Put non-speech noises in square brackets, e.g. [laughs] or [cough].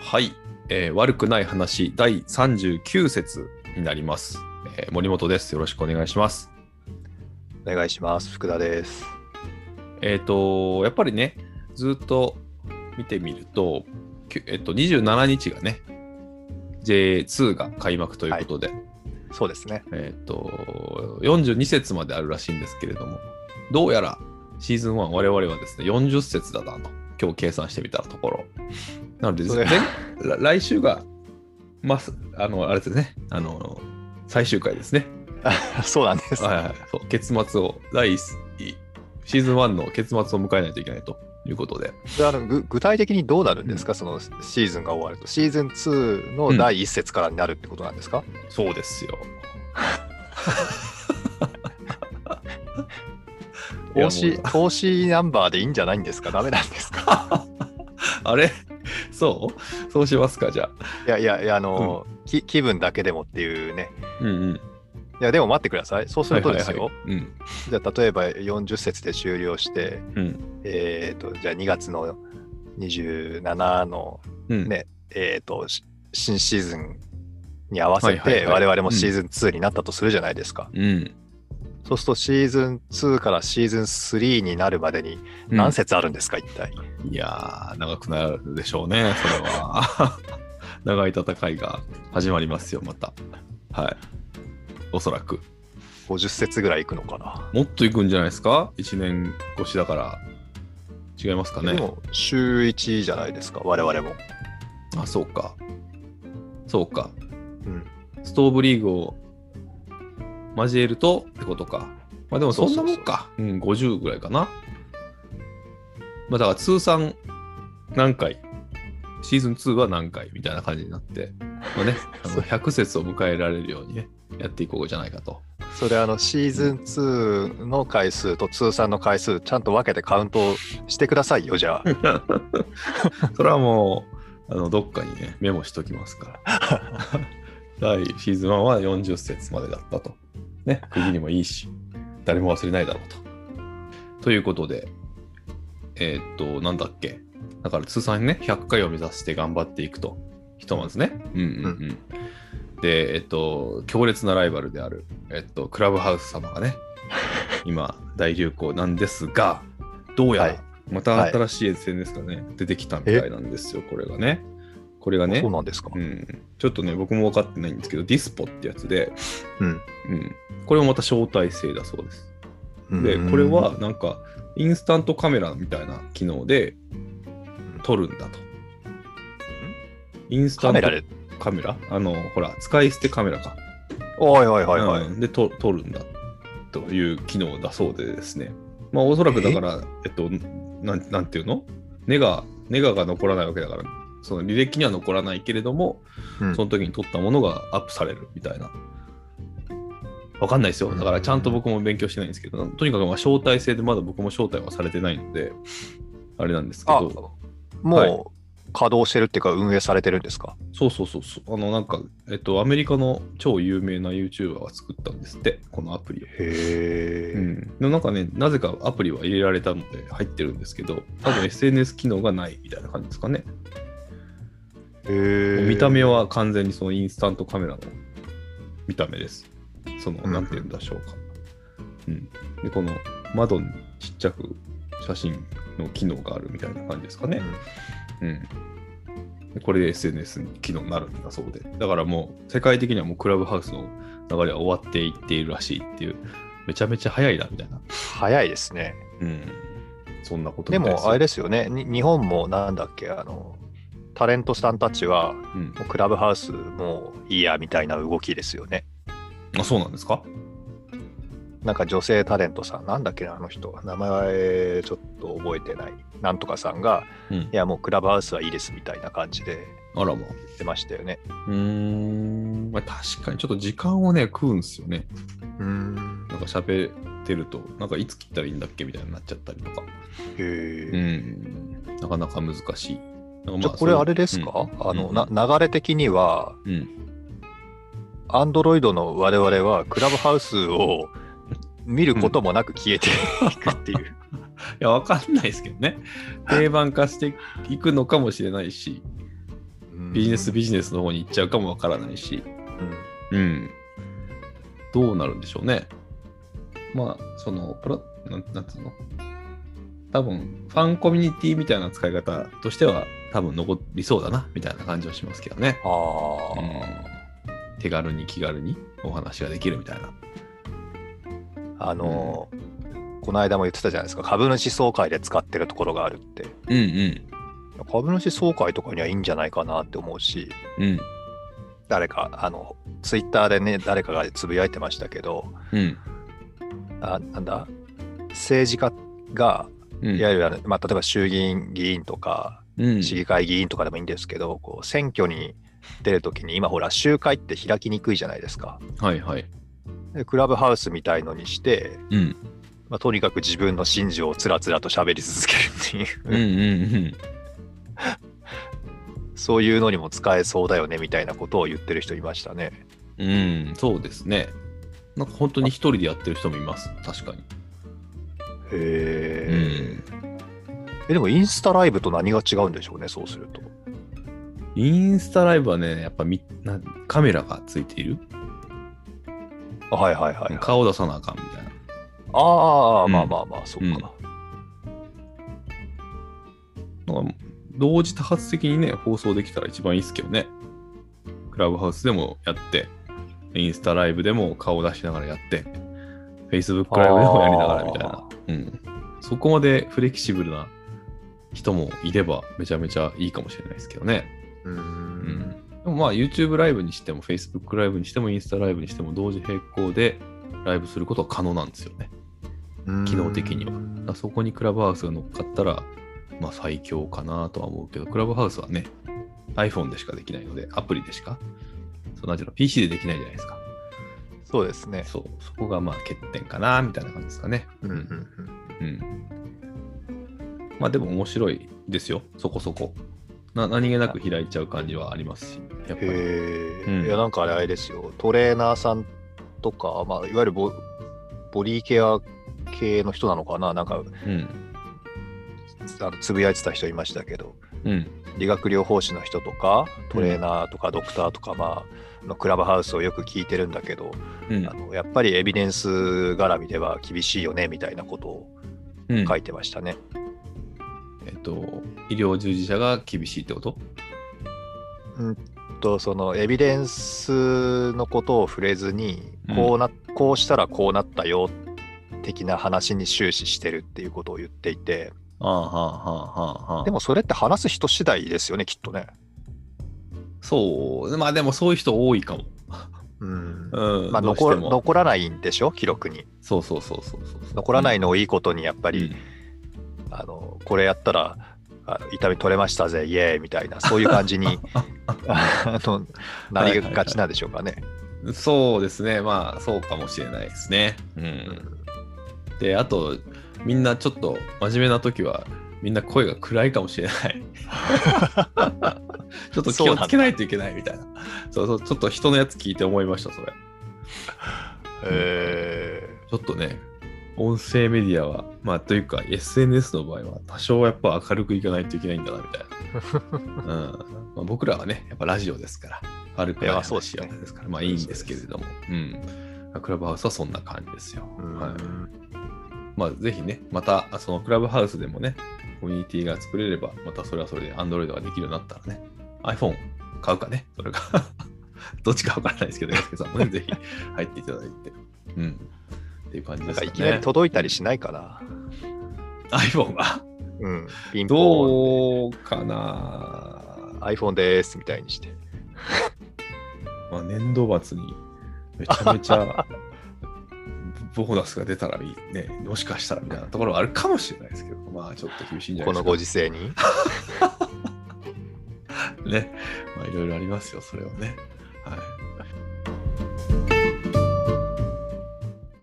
はい、えー悪くない話第39節になります、えー森本です。よろしくお願いします。お願いします。福田です。えっ、と、やっぱりね、ずっと見てみると、きゅえっと、27日がね、J2 が開幕ということで、そうですね。えっと、42節まであるらしいんですけれども、どうやらシーズン1、我々はですね、40節だなと、今日計算してみたところ。なので、それ前来来週が、まあ、すあの、あれですね、あの、最終回ですね。 [laughs] そうなんです。はいはいはい、そう結末を、第一シーズン1の結末を迎えないといけないということで、であのぐ具体的にどうなるんですか、そのシーズンが終わると。シーズン2の第一節からになるってことなんですか、そうですよ。 [laughs] いや投資もう [laughs] 投資ナンバーでいいんじゃないんですかダメなんで [laughs] すかあれそうそうしますか、じゃあ。いやいやいや、あの、き気分だけでもっていうね。うんうん。いや、でも待ってください。そうするとですよ。はいはいはいうん。じゃあ、例えば40節で終了して、うん。えっ、と、じゃあ2月の27のうん。ねえー、とし新シーズンに合わせはいはいてはい我々もシーズン2になったとするじゃないですか、うん。そうするとシーズン2からシーズン3になるまでにうん何節あるんですか、一体いやー、長くなるでしょうね、それは。 [laughs] 長い戦いが始まりますよ、また。はい。おそらく。 50節ぐらいいくのかな、もっといくんじゃないですか ?1 年越しだから。違いますかねで。も週1じゃないですか我々も、あ、そうか。そうか。うん、ストーブリーグを交えるとってことか。まあでもそんなもんか。うん、50ぐらいかな。まあだから通算何回、シーズン2は何回みたいな感じになって、まあね、あ [laughs] の100節を迎えられるようにね、やっていこうじゃないかと。それあのシーズン2の回数と通算の回数ちゃんと分けてカウントしてくださいよじゃあそれはもう、あのどっかにね、メモしときますから。第シーズン1は40節までだったと。ね、区切りもいいし、誰も忘れないだろうと。ということで、えーっと、なんだっけ。だから通算ね、100回を目指して頑張っていくと。ひとまずね。うんうんうん。で、えっと、強烈なライバルである、えっと、クラブハウス様がね、今、大流行なんですが、どうやはいら、また新しい SNS がね、出てきたみたいなんですよ、これがね。これがねそう、なんですか、うん、ちょっとね、僕も分かってないんですけど、ディスポってやつで、うんうん、これもまた招待制だそうです。で、うんこれはなんか、インスタントカメラみたいな機能で撮るんだと。インスタカントメラでカメラあの、ほら、使い捨てカメラか。おいおいおいおい、うんでと撮るんだという機能だそうでですね。まあ、おそらくだから、えっと、なんなんていうのネガ、ネガが残らないわけだから、その履歴には残らないけれども、うんその時に撮ったものがアップされるみたいな。わかんないですよ。だからちゃんと僕も勉強してないんですけど、とにかくまあ招待制でまだ僕も招待はされてないので、あれなんですけあど、はいもう稼働してるっていうか運営されてるんですかそうそうそうそう、あのなんか、えっと、アメリカの超有名な YouTuber が作ったんですって、このアプリを。へうえ、ん、でもなんかね、なぜかアプリは入れられたので入ってるんですけど、多分 SNS 機能がないみたいな感じですかね。へえ見た目は完全にそのインスタントカメラの見た目です。その、うんなんて言うんでしょうか。うん。で、この窓にちっちゃく写真の機能があるみたいな感じですかね。うん。でこれで SNS に機能になるんだそうで。だからもう、世界的にはもうクラブハウスの流れは終わっていっているらしいっていう、めちゃめちゃ早いなみたいな。早いですねうん。そんなことでみたいすもあれですよねに日本もなんだっけあのタレントさんたちはうんもうクラブハウスもういいやみたいな動きですよねあ、そうなんですかなんか女性タレントさんなんだっけなあの人名前ちょっと覚えてないなんとかさんがうんい。やもうクラブハウスはいいですみたいな感じであらまあ。言ってましたよねうーん、まあ、確かにちょっと時間をね、食うんですよね。うんなんか喋ってると、なんかいつ切ったらいいんだっけみたいになっちゃったりとか。へえうん、なかなか難しい。なんかまじゃあこれあれですそか、あのうんな流れ的には、ううん、アンドロイドの我々はクラブハウス [laughs] を見ることもなく消えていくっていう。いや、わかんないですけどね。定番化していくのかもしれないし、うんビジネスビジネスの方に行っちゃうかもわからないし、うんうん。どうなるんでしょうね。まあ、その、プラなんなんつうの多分、ファンコミュニティみたいな使い方としては、多分残りそうだな、みたいな感じはしますけどね。ああ、うん手軽に気軽にお話ができるみたいな。あのーこの間も言ってたじゃないですか株主総会で使ってるところがあるってうんうん。株主総会とかにはいいんじゃないかなって思うしうん。誰かあのツイッターでね誰かがつぶやいてましたけどうん。あなんだ政治家がうんいわゆるあの、まあ、例えば衆議院議員とかうん市議会議員とかでもいいんですけど、こう選挙に出るときに今ほら集会って開きにくいじゃないですか。はいはい。でクラブハウスみたいのにして、うん。まあ、とにかく自分の心情をつらつらと喋り続けるってうんういう、ん [laughs] そういうのにも使えそうだよねみたいなことを言ってる人いましたね。うん。うん、そうですね。なんか本当に一人でやってる人もいます。確かに。へーえでもインスタライブと何が違うんでしょうねそうすると。インスタライブはね、やっぱみなカメラがついている。あはいはいはい。あ顔出さなあかんみたいな。あ、うんまあまあまあそっか。なんか同時多発的にね、放送できたら一番いいですけどね。クラブハウスでもやって、インスタライブでも顔出しながらやって、Facebook ライブでもやりながらみたいな。うん、そこまでフレキシブルな人もいればめちゃめちゃいいかもしれないですけどね。うーんでもまあ YouTube ライブにしても Facebook ライブにしてもインスタライブにしても同時並行でライブすることは可能なんですよね。機能的にはだからそこにクラブハウスが乗っかったら、まあ最強かなとは思うけど、クラブハウスはね、iPhone でしかできないので、アプリでしか、そうなんていうの、PC でできないじゃないですか。そうですね。そう、そこがまあ欠点かな、みたいな感じですかね。うんうんうん。まあでも面白いですよ、そこそこ。な何気なく開いちゃう感じはありますし、やっぱへり。え、うんいやなんかあれあれですよトレーナーさんとか、まあ、いわゆるボボディケア系の人なのかななんかうん。あのつぶやいてた人いましたけどうん。理学療法士の人とかトレーナーとかドクターとか、まあのクラブハウスをよく聞いてるんだけど、うんあ。のやっぱりエビデンス絡みでは厳しいよねみたいなことをうん書いてましたね。えっと、医療従事者が厳しいってこととそのエビデンスのことを触れずにうんこうな、こうしたらこうなったよ的な話に終始してるっていうことを言っていてああ、はあ、はあ、はあ、はあ。でもそれって話す人次第ですよねきっとね。そう、まあでもそういう人多いかも。うんうん、まあ、どうして残も残らないんでしょ記録にそうそうそうそうそう。残らないやっのをいいことにやっぱり、あのこれやったらあの痛み取れましたぜイエーイみたいなそういう感じ [laughs] にあのなりがちなんでしょうかね。そうですね、まあそうかもしれないですね。うん、で、あと、みんなちょっと真面目な時は、みんな声が暗いかもしれ [laughs] ない。ちょっと気をつけないといけないみたいな。そうそう、ちょっと人のやつ聞いて思いました、それ。えちょっとね、音声メディアは、まあというか SNS の場合は多少やっぱ明るくいかないといけないんだなみたいな。うんまあ、僕らはね、やっぱラジオですから、軽くいやまはあそうです話ねよですから、まあいいんですけれども、うん。クラブハウスはそんな感じですよ。はいまあぜひね、またそのクラブハウスでもね、コミュニティが作れれば、またそれはそれで Android ができるようになったらね、iPhone 買うかね、それか。 [laughs] どっちかわからないですけど、洋介さん [laughs] もね、ぜひ入っていただいて。うん。っていう感じなでんすかかね。いきなり届いたりしないかな。 iPhone が。うん、ピンポーンどうかな iPhone ですみたいにして。まあ、年度末にめちゃめちゃボーナスが出たらいいね、もしかしたらみたいなところはあるかもしれないですけど、まあちょっと厳しいんじゃなこいですのご時世に。か。ね。まあいろいろありますよ、それはね。はい。